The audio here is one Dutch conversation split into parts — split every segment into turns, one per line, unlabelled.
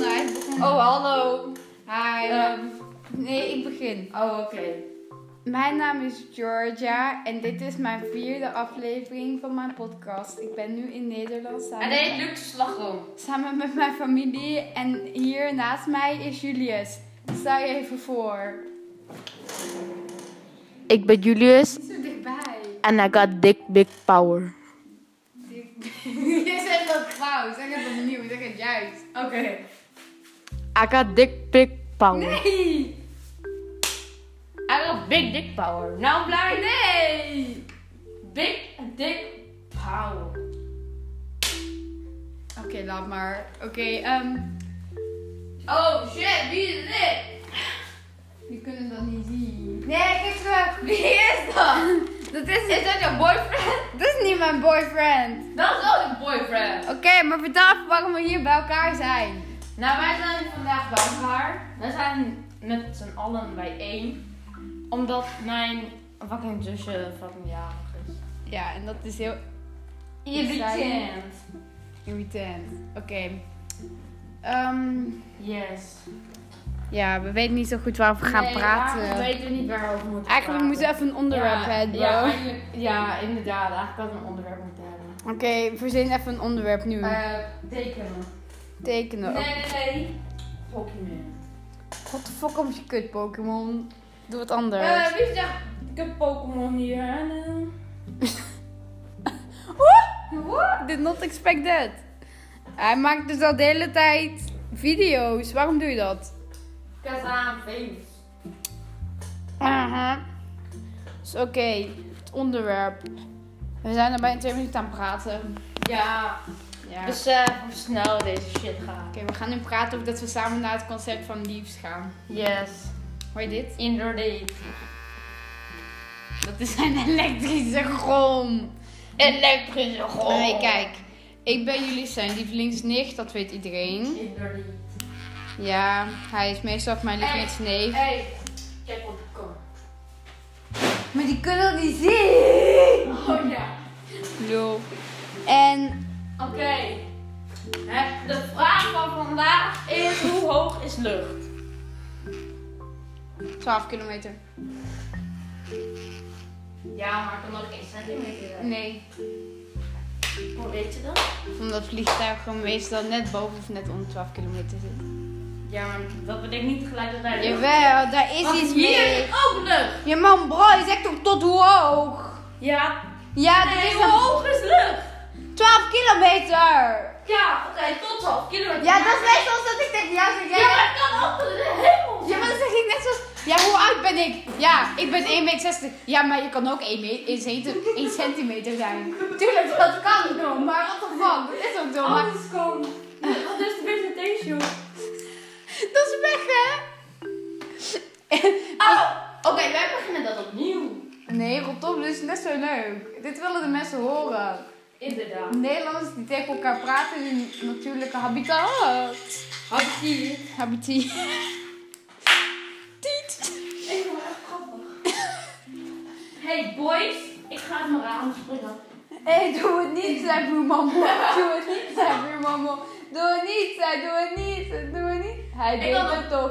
Oh, hallo.
Hi.
Ehm, nee, ik begin.
oh, oké.
Mijn naam is Georgia en dit is mijn vierde aflevering van mijn podcast. Ik ben nu in Nederland samen,
En hij heet Luc de Slagroom.
samen met mijn familie en hier naast mij is Julius. Stel je even voor.
Ik ben Julius
Niet zo dichtbij.
en I got dick big power.
Je zegt dat fout. Zeg het opnieuw. Zeg het juist.
Oké.
I got dick big power.
Nee.
I wil big dick power. Nou blij.
Nee.
Big dick power.
Oké, laat maar. Oké, ehm,
Oh shit, wie is dit?
jullie kunnen dat niet zien.
Nee, kijk terug. Wie is dat?
Dat is,
Is dat jouw boyfriend?
dat is niet mijn boyfriend.
Dat is ook een boyfriend.
Oké, maar vertel even waarom we hier bij elkaar zijn.
Nou, wij zijn vandaag bij elkaar. Wij zijn met z'n allen bijeen. Omdat mijn fucking zusje fucking jarig is.
Ja, en dat is heel
Irritant.
irritant. Oké. Ehm,
Yes.
ja, we weten niet zo goed waar we gaan
Nee,
praten.
We weten niet waar we over moeten
Eigenlijk
praten.
moeten we even een onderwerp hebben, bro.
Ja, eigenlijk- ja, inderdaad. Eigenlijk hadden we een onderwerp moeten hebben.
Oké, verzin even een onderwerp
Mm.
nu.
Eh, tekenen.
Tekenen.
Nee, nee, nee. Pokémon.
What the fuck om je kut, Pokémon? Doe het anders.
Eh, wie zegt, ik heb Pokémon hier. En, eh,
What? Did not expect that. Hij maakt dus al de hele tijd video's. Waarom doe je dat?
Kijk aan, face.
Aha. Dus oké, het onderwerp. We zijn er bijna twee minuten aan het praten.
Ja,
Ja. Oké,
besef hoe snel deze shit gaat.
we gaan nu praten over dat we samen naar het concert van Leaves gaan.
Yes,
Hoor je dit?
inderdaad.
Dat is een elektrische grom.
Elektrische golf.
Nee, kijk. Ik ben jullie zijn lievelingsnicht, dat weet iedereen.
Inderdaad.
Ja, hij is meestal mijn lievelingsneef.
Hey, kijk op de kom.
Maar die kunnen dat niet zien!
Oh ja.
Lul. En
Oké. Hè, De vraag van vandaag is hoe hoog is lucht?
12 kilometer.
Ja, maar kan ook 1 centimeter zijn.
Nee,
Hoe weet je dat?
omdat vliegtuigen meestal net boven of net onder 12 kilometer zitten.
Ja, maar dat betekent niet gelijk dat wij
Jawel, daar is
Want
iets
hier
mee.
is ook lucht.
Je man, bro, je zegt toch tot hoe hoog?
Ja.
Ja, dat
Nee,
is
hoe
een
hoog is lucht?
12 kilometer!
Ja, oké, tot 12 kilometer.
Ja, dat is net zoals dat ik tegen jou zeg.
Ja,
Ja,
maar het kan ook de hemel
ja,
zijn.
maar dan zeg ik net zoals... Ja, hoe oud ben ik? Ja, ik ben 1,60 meter. Ja, maar je kan ook 1, me- 1 centi- 1 centimeter zijn. Tuurlijk, dat kan nog, maar wat de fuck? Dat is ook zo, maar...
Alles komt. Wat is de presentation?
Dat is weg, hè?
Oh, oké, wij beginnen dat opnieuw.
Nee, rotop, dit is net zo leuk. Dit willen de mensen horen.
Inderdaad.
Nederlanders die tegen elkaar praten in hun natuurlijke habitat.
Had ik hier.
Habitie. Tiet.
Ik vond het echt grappig. Hey boys, ik ga het maar aanspreken.
Hé, hey, doe het niet, zei buurmammo. Doe het niet, zei buurmammo. Doe het niet, zei doe het niet, zei, doe het niet. Hij
Ik
deed
kan
het toch.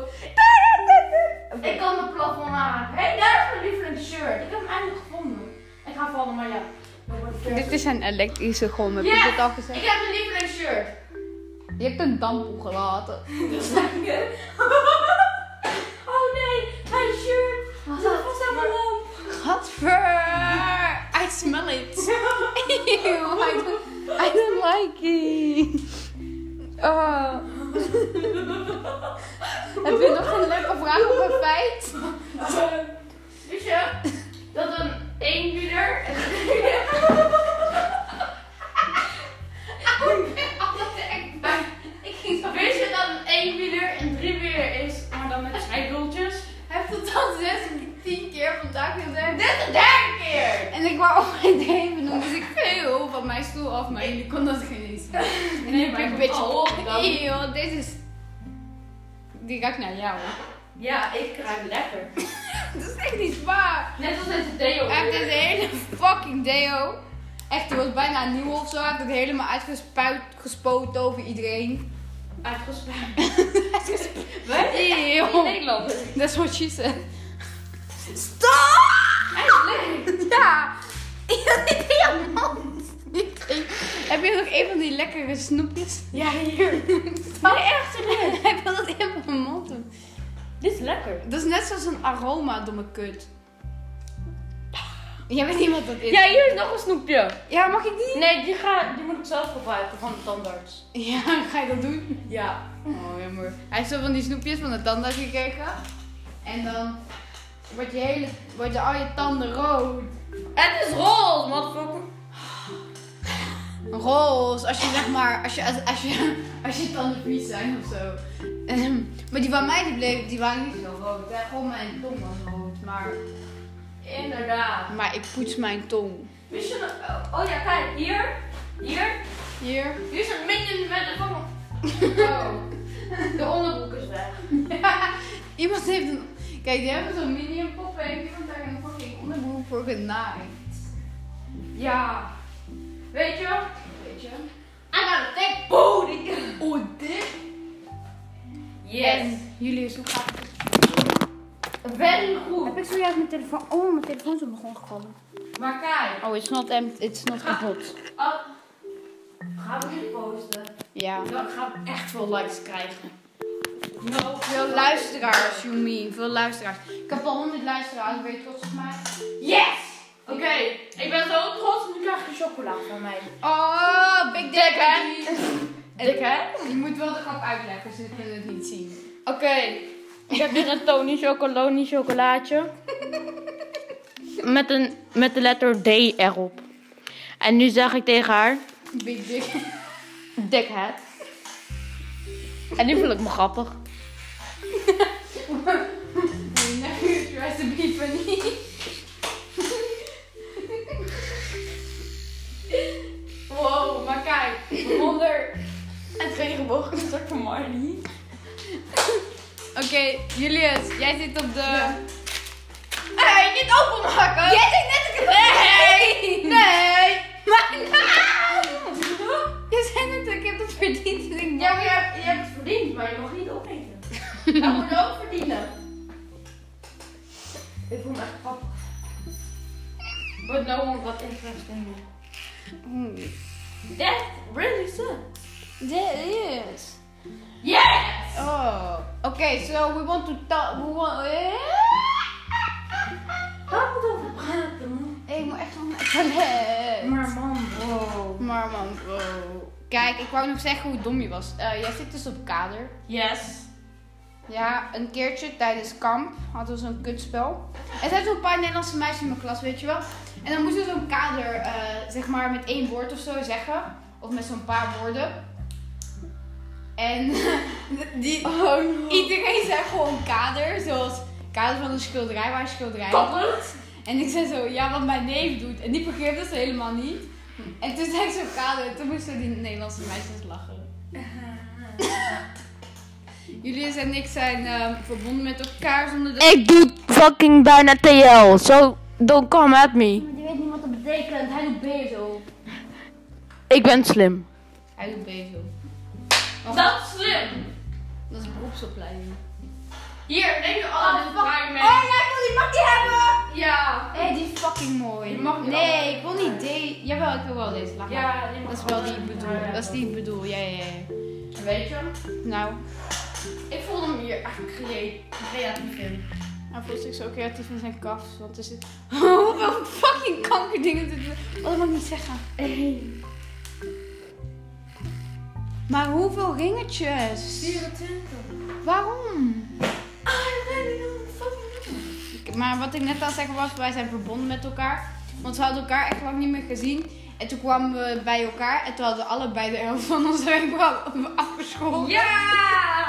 Ik kan mijn plafond aan. Hé, hey, daar is mijn lievelingsshirt. Ik heb hem eindelijk gevonden. Ik ga vallen, maar ja. Dat wordt ver.
Dit is een elektrische gom, heb
Yes!
je dit al
Ik
gezegd?
heb mijn lievelingsshirt.
Je hebt een dampoe gelaten.
Dat is lekker. Oh nee, mijn shirt. Wat was dat maar lamp?
Gadver! I smell it. Ew, I don't, I don't like it. Oh. Heb je nog een leuke vraag of een feit?
Wist je dat een eenwieler... Ik ging zo- Wist je dat een eenwieler een driewieler is, maar dan met zijwieltjes?
Heb het al zes, tien keer vandaag gezegd.
Dit is de derde keer!
En ik wou ook mijn even doen, dus ik viel van mijn stoel af, maar jullie kon dat geen eens. En nu heb ik een beetje
Oh, dan-
Eeuw, dit is... Die ruikt naar jou.
Ja, ik ruik lekker.
Dat is echt niet waar.
Net als deze deo.
Hij heeft deze hele fucking deo. Echt, die was bijna nieuw of zo. Hij heeft het helemaal uitgespuit, gespoten over iedereen.
Uitgespaard.
Wat?
In Nederland.
Dat is wat je zegt.
Stop!
Hij is leuk.
Ja! Die diamant! Die kreeg- Heb je nog een van die lekkere snoepjes?
Ja, hier.
Maar echt serieus! Hij wil dat in mijn mond doen.
Dit is lekker.
Dat is net zoals een aroma, domme kut. Jij weet niet wat dat is.
Ja, hier is nog een snoepje.
Ja, mag ik die?
Nee, die, ga, die moet ik zelf gebruiken van de tandarts.
Ja, ga je dat doen?
Ja.
Oh, jammer. Hij heeft zo van die snoepjes van de tandarts gekregen. En dan wordt je, hele, wordt je al je tanden rood.
Het is roze, motherfucker.
Roze, als je zeg maar, als je, als, als je, als je tanden vies zijn of zo. Ehm, maar die van mij die, bleef, die waren niet zo rood. Hè? Gewoon mijn tong was rood. Maar,
Inderdaad.
maar ik poets mijn tong.
Wist je nog- oh, Oh ja, kijk, hier. Hier.
Hier.
Hier is een minion met een van. Oh. De onderbroek is weg.
Iemand heeft een. Kijk, die hebben zo'n minion poppen en iemand daar een fucking onderbroek voor genaaid.
Ja. Weet je?
Weet je?
I got a thick booty.
Oh, dit?
Yes.
En jullie is ook gaaf.
Wel goed.
Heb ik zojuist mijn telefoon... Oh, mijn telefoon is op mijn grond gevallen.
Maar kijk.
Oh, it's not empty, it's not kapot.
Al... Gaan we dit posten?
Ja.
Nou,
Dan gaan we echt veel likes krijgen. No.
Veel luisteraars, Jumi. Veel luisteraars. Ik heb al 100 luisteraars, ben je trots op mij?
Yes! Oké, ik ben zo trots. Nu krijg je chocola van mij.
Oh, big dick, hè?
Dik, hè?
Je moet wel de grap uitleggen, ze kunnen het niet zien.
Oké. Ik heb hier een Tony Chocoloni chocolaatje.
Met, een, met de letter D erop. En nu zeg ik tegen haar...
Big dick.
Dickhead. En nu voel ik me grappig.
Next recipe funny.
Wow, maar kijk. Onder het regenboog is ook van Marley.
Oké, Julius, jij zit op de...
Hé, hey, niet openmaken!
Jij zit net op de... Nee! Nee! Maar naam! Je zei net, ik heb het verdiend. en ik-
Ja, maar je hebt, je hebt het verdiend, maar je mag niet opeten. Dat moet je ook verdienen. Ik voel me echt grappig. But no one got interested in me. That really sucks.
Dit is...
Yes!
Oh. Okay, so we want to talk. We want. Eh?
Waar moet over praten, man?
Hey, ik moet echt van het toilet.
Maar man, oh. wow.
Maar man, bro. Kijk, ik wou nog zeggen hoe dom je was. Eh, jij zit dus op kader.
Yes.
Ja, een keertje tijdens kamp hadden we zo'n kutspel. Er zijn zo'n paar Nederlandse meisjes in mijn klas, weet je wel. En dan moesten we zo'n kader, eh, zeg maar, met één woord of zo zeggen. Of met zo'n paar woorden. En die, iedereen zei gewoon kader. Zoals kader van een schilderij, waar een schilderij
Kappend.
En ik zei zo, ja, wat mijn neef doet. En die begreep dat ze helemaal niet. En toen zei ik zo kader. En toen moesten die Nederlandse meisjes lachen. Jullie en ik zijn eh, verbonden met elkaar zonder dat...
Ik doe fucking bijna TL. So, don't come at me.
Die weet niet wat dat betekent. Hij doet bezel.
Ik ben slim.
Hij doet bezel.
Dat is slim.
Dat is beroepsopleiding.
Hier, neem je alle dit draai mee.
Oh ja, ik wil die pakje hebben!
Ja.
Hé, die is fucking mooi.
Die mag niet
nee,
allemaal.
ik wil niet deze. Jawel, ik wil wel deze. Laat maar.
Ja, die mag
Dat is wel die
alle
ik bedoel.
draai hebben.
Dat is die ik bedoel, ja, ja, ja.
Weet je?
Nou,
Ik voelde me hier echt crea- creatief in.
hij voelt zich Nou, zo creatief in zijn kaf. Want er zit... Hoeveel fucking kankerdingen zitten er- Oh, dat mag ik niet zeggen. Maar hoeveel ringetjes?
24.
Waarom?
I really don't fucking know.
Ik- Maar wat ik net al zeggen was, wij zijn verbonden met elkaar. Want we hadden elkaar echt lang niet meer gezien. En toen kwamen we bij elkaar en toen hadden we allebei de helft van onze wenkbrauw afgeschoren.
Ja!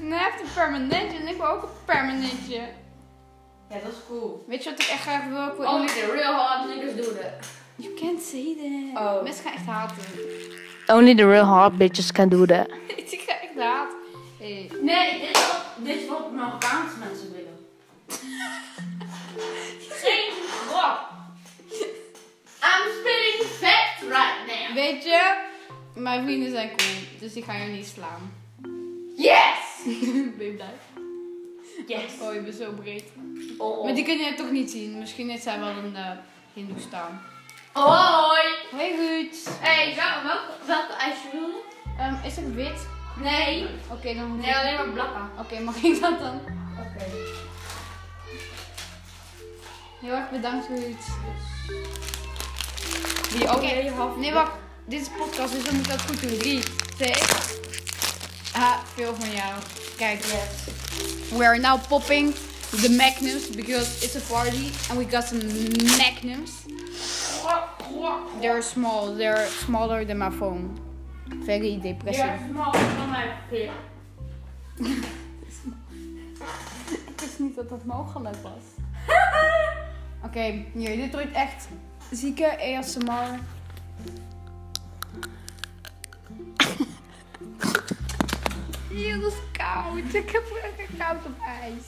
En hij heeft een permanentje en ik wil ook een permanentje.
Ja, dat is cool.
Weet je wat ik echt graag wil? Ik wil
Only
iemand-
the real hard niggas do that.
You can't say that.
Oh.
Mensen gaan echt haten.
Only the real hard bitches can do that.
Ik ga echt haten. Hey.
Nee, dit is wat, dit is wat Marokkaanse mensen willen. Geen grap. I'm spitting fact right now.
Weet je, mijn vrienden zijn cool, dus die gaan je niet slaan. Yes!
Ben je blij? Yes.
Oh, je bent zo breed.
Oh.
Maar die kun je toch niet zien. Misschien is zij wel een eh Hindoestaan.
Oh, Hoi.
Hoi, goed.
Hey, wel, welke, welke ijsje wil je?
Ehm, is het wit?
Nee.
Oké, dan moet
Nee,
ik-
alleen maar blakken.
Oké, mag ik dat dan?
Oké.
Heel erg bedankt, goed.
Die
Oké, nee, wacht. Dit is podcast, dus we moeten dat goed doen. 3, 2. Ah, veel van jou. Kijk. We are now popping the magnums because it's a party and we got some magnums. They're small, they're smaller than my phone. Very depressive.
Ja, smal van mij verkeerd.
Ik wist niet dat dat mogelijk was. Oké, hier, dit wordt echt zieke ASMR. Hier is koud. Ik heb lekker koud op ijs.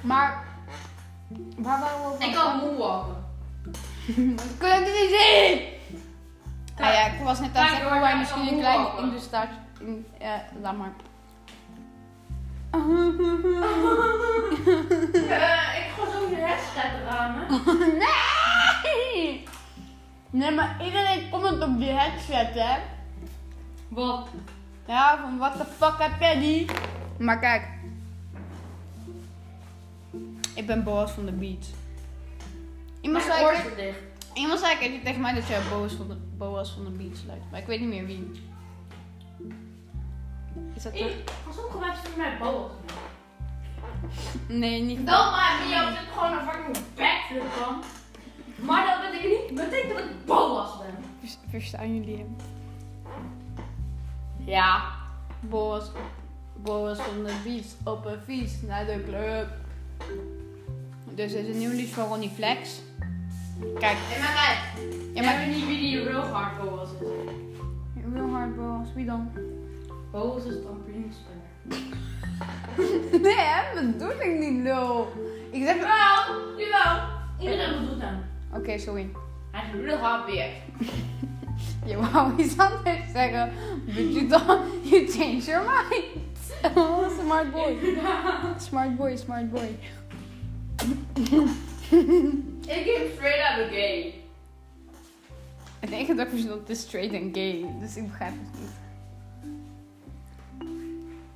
Maar, waar waren we over?
Ik kan moonwalken.
Ik kon het niet zien! Ah ja, ik was net aan het
Kijk,
zeggen
hoor,
wij
ik
misschien
kan
een kleine
moonwalken.
industaat. In, eh, laat maar.
Eh, ik ga zo de hashtag ramen.
Nee! Nee, maar iedereen comment op die headset, hè?
Wat?
Ja, van what the fuck heb jij die? Maar kijk. Ik ben boos van de beat. Iemand zei,
Mijn oor zit dicht.
iemand zei een keertje tegen mij dat jij boos, van de, boos van de beat lijkt. Maar ik weet niet meer wie. Is dat toch?
Ik- Van sommige mensen vinden mij boos.
Nee, niet.
Dat maar wie op dit gewoon een fucking backflip kan. Maar dat betekent niet betekent dat ik boos ben.
Verstaan jullie hem?
Ja.
Boas, Boas van de Bies op een fiets naar de club. Dus dit is een nieuw lied van Ronnie Flex. Kijk,
En maar kijk,
ja,
jij
maar...
weet niet wie die real hard boos is.
Real hard Boas, wie dan?
Boos is dan Prince.
Nee, hè? dat doe ik niet, lul. Ik zeg... Oké,
Jawel, jawel. Iedereen bedoelt hem.
sorry.
Hij is een real hard bitch.
Je wou iets anders zeggen. But you, don't, you change your mind. Oh, smart boy. Smart boy, smart boy.
Ik came straight out of gay.
Het enige dat ik verstond is straight en gay, dus ik begrijp het niet.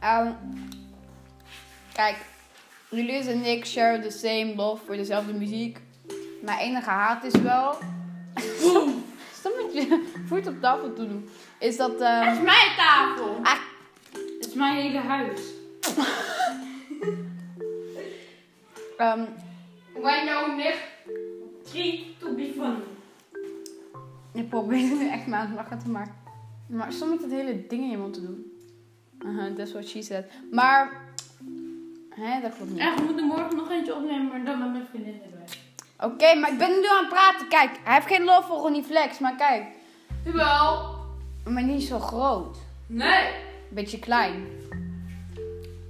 Ehm, kijk, Julius en ik share the same love voor dezelfde muziek. Mijn enige haat is wel. Stop met je voet op tafel te doen. Is dat. ehm,
Het is mijn tafel.
Ah.
Het is mijn hele huis.
ehm,
Wij nou nicht. Three to be fun.
ik probeer nu echt me aan het lachen te maken. Maar stop met dat hele ding in je mond te doen. Aha, that's what she said. Maar. Hè, dat klopt niet.
En we moeten morgen nog eentje opnemen, maar dan met mijn vriendin erbij.
Oké, maar ik ben nu aan het praten. Kijk, hij heeft geen love voor Ronnie Flex, maar kijk.
Jawel.
Maar niet zo groot.
Nee.
Beetje klein.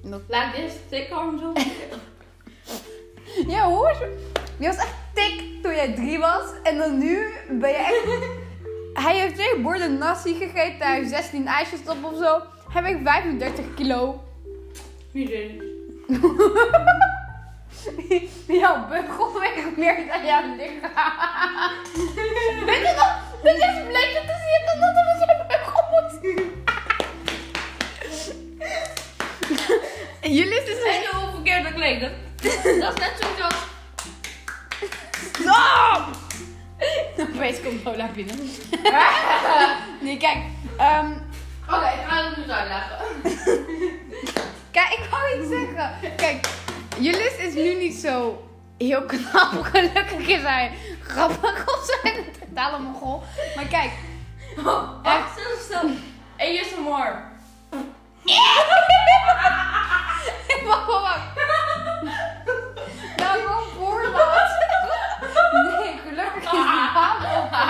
En dat-
Laat dit tik arm zo.
Ja, hoor. Je was echt dik toen jij drie was. En dan nu ben je echt... hij heeft twee borden nasi gegeten. Hij heeft 16 ijsjes op of zo. Hij weegt 35 kilo.
Wie dit?
Jouw beugel weegt meer dan jouw lichaam. Weet je nog? Dat je bleek te zien dat dat was jouw beugel Jullie zijn
Weet je hoe verkeerd dat klinkt? Dat, dat is net zo als...
Stop! Nou, Opeens komt Lola binnen. nee, kijk. ehm,
Oké, ik ga het nu uitleggen.
kijk, ik wou iets zeggen. Kijk, Julis is nu niet zo heel knap. Gelukkig is hij grappig of zo. En een totale mongool. Maar kijk.
Echt stil, stil. ASMR.
Wacht, wacht, wacht. Nou, gewoon voorlaat. Nee, gelukkig is die
Ah.
baan open.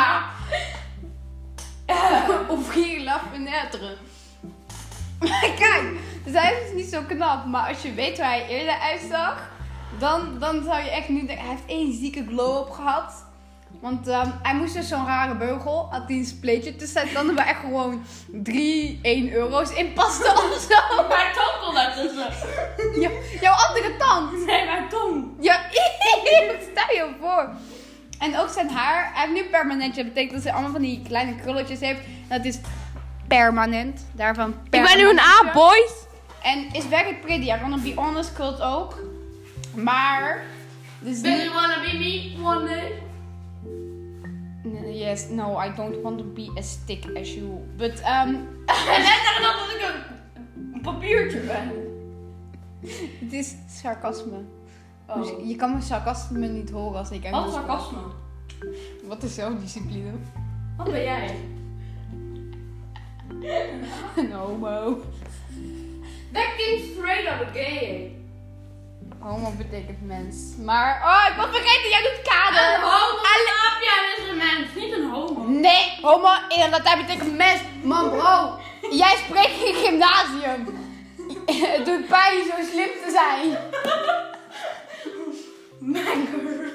Of hier la fenêtre. Maar kijk, dus hij is dus niet zo knap. Maar als je weet hoe hij eerder uitzag, dan, dan zou je echt nu denken... Hij heeft één zieke glow-up gehad. Want ehm, hij moest dus zo'n rare beugel. Had hij een spleetje tussen. En dan hebben we echt gewoon 3, 1 euro's in pasta of zo.
Mijn tong kon daar tussen.
Je- jouw andere tand.
Nee, mijn tong.
Ja, eeuw, stel je voor. En ook zijn haar. Hij heeft nu permanentje. Dat betekent dat hij allemaal van die kleine krulletjes heeft. Dat is permanent. Daarvan
Ik ben nu een
permanentje.
A, boys.
En is very pretty. I wanna be honest cult ook. Maar... Dus
Ben
niet-
you wanna be me one day?
Yes, no, I don't want to be as thick as you. But, um,
En net zeggen dat dat ik een een papiertje ben.
het is sarcasme.
Oh.
Dus je kan mijn sarcasme niet horen als ik
Wat
Engels
sarcasme.
Wat is zelfdiscipline?
Wat ben jij?
no, mo.
That came straight out of gay.
Homo betekent mens. Maar, oh, ik was vergeten, jij doet
Een
kader.
homo slaap jij is een mens, niet een homo.
Nee, homo in Latijn betekent mens. Man, bro, jij spreekt in gymnasium. Het doet pijn zo slim te zijn.
Mekker.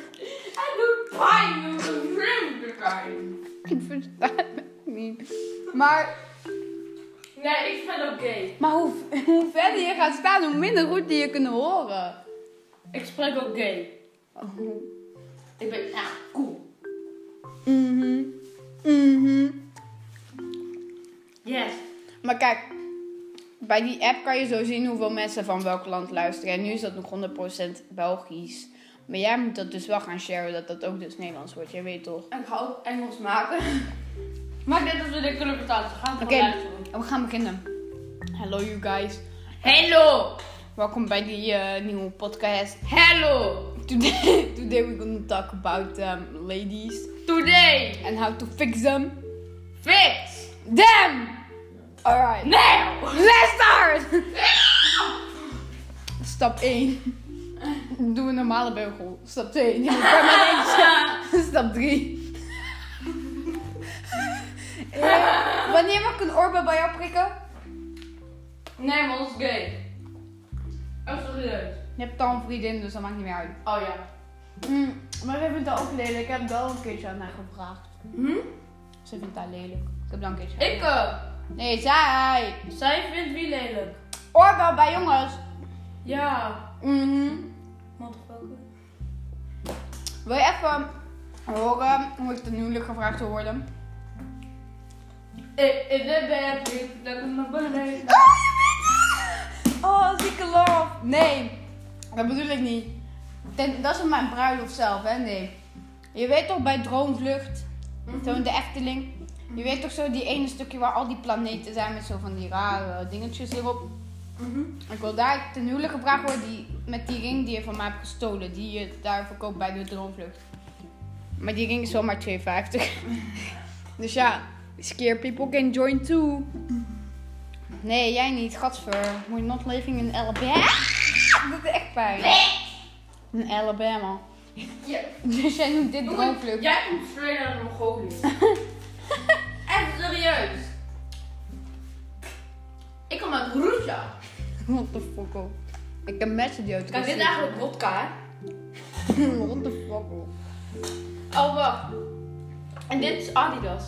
Hij doet pijn, jongen. Vreemde pijn.
Ik versta het niet. Maar,
Nee, ik vind ook gay.
maar hoe, hoe verder je gaat staan, hoe minder goed die je kunt horen.
Ik spreek ook gay. Ik ben echt cool.
Mhm. Mhm.
Yes.
Maar kijk, bij die app kan je zo zien hoeveel mensen van welk land luisteren. En nu is dat nog 100% Belgisch. Maar jij moet dat dus wel gaan sharen, dat dat ook dus Nederlands wordt. Jij weet toch?
Ik ga ook Engels maken. Maar net als we dit kunnen betalen, dus we gaan het
Oké.
gewoon luisteren.
En we gaan beginnen. Hello you guys.
Hello!
Welkom bij die eh, nieuwe podcast.
Hello!
Today, today we're gonna talk about um, ladies
Today!
and how to fix them.
Fix!
Them! Alright.
Now!
Let's start! Stap 1. Doe een normale beugel. Stap 2. Neem een permanentje. Stap 3. wanneer mag ik een oorbel bij jou prikken?
Nee, maar ons gay. Oh, sorry, leuk.
Je hebt al een vriendin, dus dat maakt niet meer uit.
Oh ja.
Hmm, maar ze vindt dat ook lelijk. Ik heb wel een keertje aan haar gevraagd.
Hm?
Ze vindt dat lelijk. Hmm? Ik heb dan een keertje.
Ik, eh,
Nee, zij.
zij vindt wie lelijk?
Oorbel bij jongens.
Ja.
Mhm.
Motherfucker.
Wil je even horen hoe ik ten huwelijk gevraagd wil worden?
Ik, ik ben happy, dat ik mijn ballen
Oh, zieke love. Nee, dat bedoel ik niet. Ten- dat is op mijn bruiloft zelf, hè? Nee. Je weet toch bij Droomvlucht, zo in de Efteling. Je weet toch zo die ene stukje waar al die planeten zijn met zo van die rare dingetjes erop.
Mhm.
Ik wil daar ten huwelijk gevraagd worden die, met die ring die je van mij hebt gestolen. Die je daar verkoopt bij de Droomvlucht. Maar die ring is zomaar 2,50. dus ja, scare people can join too. Nee, jij niet. Gadver. We're not living in Alabama. Dat doet echt pijn. In Alabama.
Ja.
Dus jij noemt dit
Jongen,
droomvlucht.
Jij komt straight out of Mongolië. Echt serieus. Ik kom uit Russia.
What the fuck, oh. Ik heb mensen die uit
Kijk, dit is
Rusland
eigenlijk vodka, hè?
komen. What the fuck, oh.
Oh, wacht. En dit is Adidas.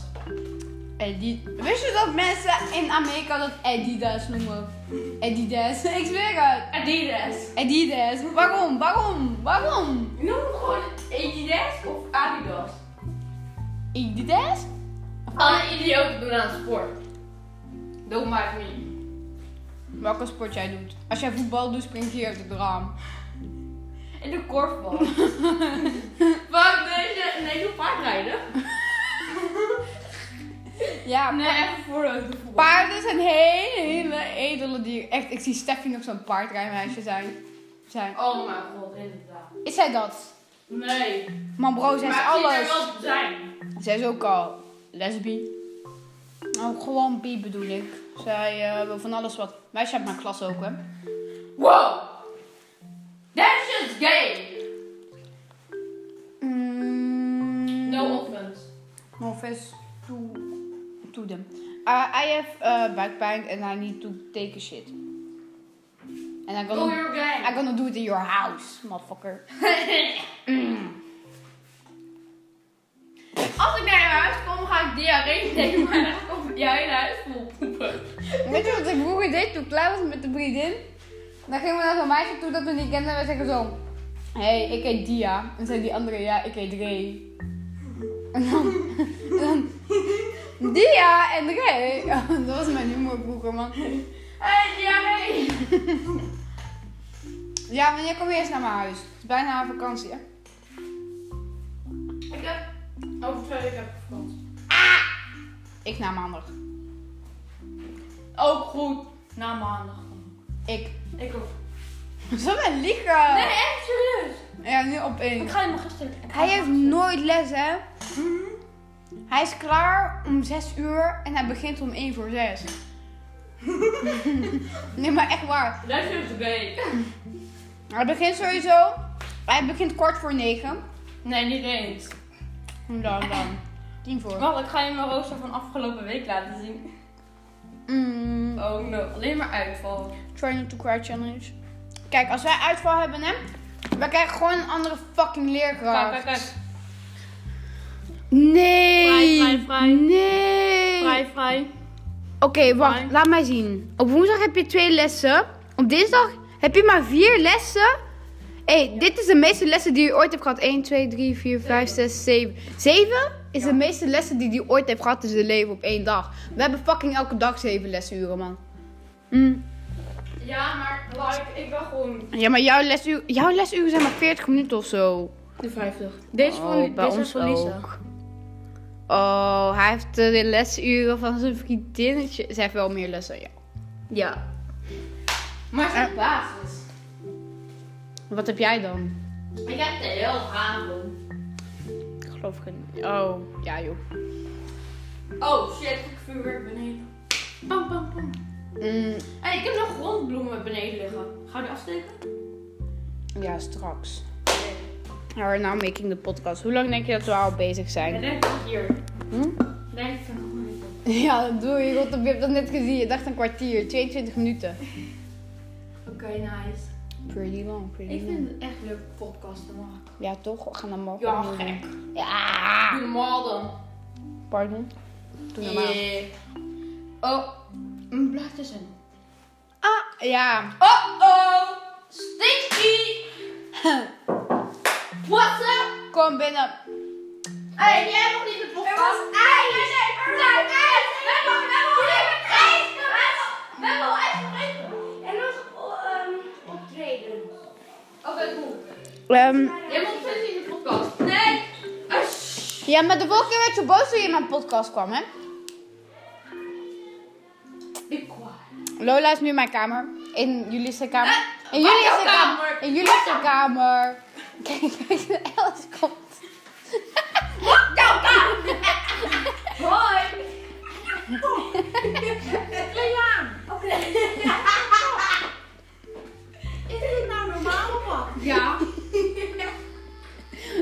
Adi- Wist je dat mensen in Amerika dat Adidas noemen? Adidas. Ik zweer het.
Adidas.
Adidas. Waarom? Waarom? Waarom?
Noem hem gewoon Adidas of Adidas.
Adidas?
Alle idioten doen aan sport. Don't mind me.
Welke sport jij doet? Als jij voetbal doet, spring je uit het raam.
En de korfbal. Fuck deze. Nee, doe paardrijden.
Ja,
Nee, even vooruit de voetbal.
Paarden zijn hele edele dieren. Echt, ik zie Steffi nog zo'n paardrijmeisje zijn. zijn.
Oh mijn god, inderdaad.
Is zij dat?
Nee.
Man bro, zij is
maar het ziet er
alles.
wel te zijn.
Zij is ook al lesbi. Nou, gewoon bi bedoel ik. Zij eh, wil van alles wat. Meisje uit mijn klas ook, hè.
Wow. That's just gay.
Mm,
No offense.
No offense to, to them. Uh, I have uh, backpain and I need to take a shit. And I'm
Go
gonna,
your
I'm
gang.
gonna do it in your house, motherfucker.
vaak diarree nemen, maar dan komt je hele huis vol poepen.
Weet je wat ik vroeger deed toen ik klaar was met de vriendin? Dan gingen we naar zo'n meisje toe dat we niet kenden en we zeggen zo... Hé, hey, ik heet Dia. En zei die andere, ja, ik heet Ray. En dan... en dan Dia en Ray. Ja, dat was mijn humor vroeger, man.
Hé, hey, diarree!
Ja, wanneer kom je eerst naar mijn huis? Het is bijna vakantie, hè?
Ik heb... Over twee weken heb ik vakantie.
Ik na maandag.
Ook goed. Na maandag.
Ik.
Ik ook.
Zo ben liegen.
Nee, echt serieus.
Ja, nu op één.
Ik ga helemaal gisteren... ik ga
Hij heeft
helemaal gisteren-
nooit les, hè? Hij is klaar om 6 uur en hij begint om 1 voor 6. nee, maar echt waar.
Dat is dus week.
Hij begint sowieso. Hij begint kwart voor 9.
Nee, niet eens.
En dan, dan. 10 voor.
Wacht, ik ga je mijn rooster van afgelopen week laten zien.
Mm,
Oh no, alleen maar uitval.
try not to cry challenge. Kijk, als wij uitval hebben, hè? Wij krijgen gewoon een andere fucking leerkracht.
Kijk, kijk, kijk.
Nee!
Vrij, vrij, vrij.
Nee!
Vrij, vrij.
Oké, wacht.
Fine.
Laat mij zien. Op woensdag heb je twee lessen. Op dinsdag heb je maar vier lessen. Hé, hey, dit is de meeste lessen die je ooit hebt gehad. 1, 2, 3, 4, 5, 6, 7. 7 is de meeste lessen die je ooit hebt gehad in zijn leven op één dag. We hebben fucking elke dag 7 lesuren, man. Mm.
Ja, maar like, ik ben gewoon...
Ja, maar jouw, lesuur, jouw lesuren zijn maar 40 minuten of zo.
De 50. Deze
Oh, bij ons ook. Oh, hij heeft eh, de lesuren van zijn vriendinnetje. Ze heeft wel meer lessen, ja.
Ja. Eh. Maar het is de basis.
Wat heb jij dan?
Ik heb de hele avond.
Ik geloof ik niet. Oh, ja joh.
Oh shit, ik vuurwerk beneden. Pam, pam, pam.
Mm,
Hey, ik heb nog grondbloemen beneden liggen. Ga je die afsteken?
ja, straks. Ja, we're now making the podcast. Hoe lang denk je dat we al bezig
Ik
zijn?
denk ik hier.
Hm?
Denk ik van goed.
Ja, dat doe je. Rotterdam, je hebt dat net gezien. Je dacht een kwartier, 22 minuten.
Oké, nice.
Pretty long, pretty
Ik
long.
vind het echt leuk podcast te maken.
Ja, toch? We gaan dan morgen.
Ja,
doen.
gek.
Ja!
Ah. eh, Doe normaal dan.
Pardon? Doe normaal.
Yeah. Oh, mijn blaadjes zijn.
Ah, ja.
Oh oh, stinky. What's up?
Kom binnen.
Hey, jij hebt nog niet de podcast. Er was ijs. Er was ijs. We hebben ijs. We hebben al ijs gegeten.
En nog ehm optreden.
Oké, cool.
Ehm,
Jij moet zitten in de podcast. Nee. Ah, shh.
ja, maar de vorige keer werd je boos toen je in mijn podcast kwam, hè?
Be quiet.
Lola is nu in mijn kamer. In jullie zijn kamer.
Eh,
In jullie
jouw
zijn kamer.
kamer.
In jullie zijn kamer. Kijk, kijk, de Els komt.
Hoi.
Is dit nou normaal of wat?
Ja.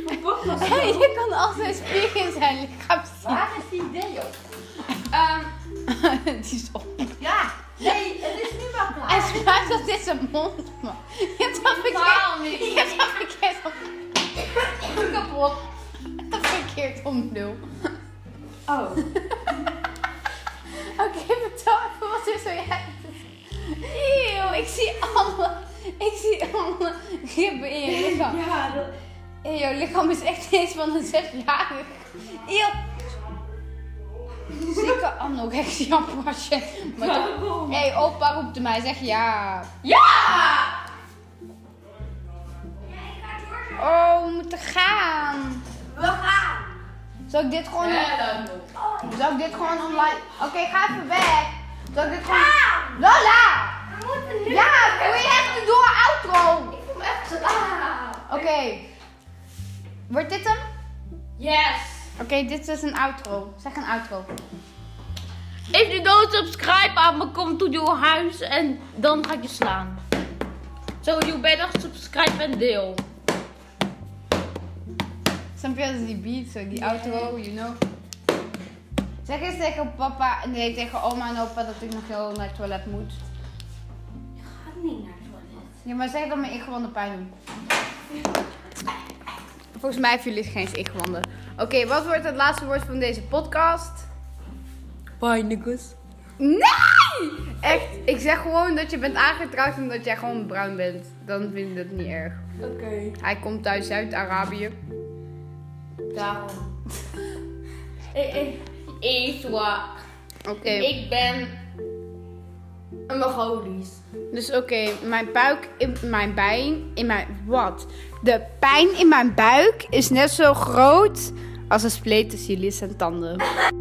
Mijn podcast.
Hey, je kan altijd spiegel in zijn lichaam
Waar is die idee op? Ehm,
zien. Die is op.
Ja. Nee, het is nu wel klaar.
Hij spuit dat dit zijn mond, man. Je hebt dat verkeerd.
waarom niet?
Je hebt dat verkeerd om. Kapot. Dat verkeerd om nul.
Oh.
Oké, vertel even wat er zo uit is. Eeuw, ik zie alle. Ik zie alle ribben in je lichaam.
Ja, dat...
Hey, jouw lichaam is echt eens van een zesjarig. Eeuw. Zieke anorexia-patiënt. Maar toch-
Waarom?
Hé, hey, opa roept mij, zeg ja.
Ja!
Oh, we moeten gaan.
We gaan.
Zal ik dit gewoon,
Ja, dat moet.
zal ik dit gewoon online... Oké, ga even weg. Zal ik dit gewoon... Lola!
We moeten nu.
Ja, wil je echt een door outro?
Ik kom echt
ah.
klaar.
Oké. Wordt dit hem?
Yes!
Oké, dit is een outro. Zeg een outro.
If you don't subscribe, I'ma come to your house en dan ga ik je slaan. So you better subscribe en deel.
Snap je, dat is die beat, zo, die outro, you know. Zeg eens tegen papa, nee, tegen oma en opa dat ik nog heel naar het toilet moet.
Ga niet naar het toilet.
Ja, maar zeg dat mijn ingewanden pijn doen. Volgens mij hebben jullie geen eens ingewonden. Oké, wat wordt het laatste woord van deze podcast?
Bye, niggas.
Nee! Echt, ik zeg gewoon dat je bent aangetrouwd omdat jij gewoon bruin bent. Dan vind ik dat niet erg.
Oké.
Hij komt uit Zuid-Arabië.
Daarom.
Eh, Ezwa.
Oké,
Ik ben een Mongolisch.
dus oké, mijn buik, in mijn pijn, in mijn, wat? De pijn in mijn buik is net zo groot als een spleet tussen jullie zijn tanden.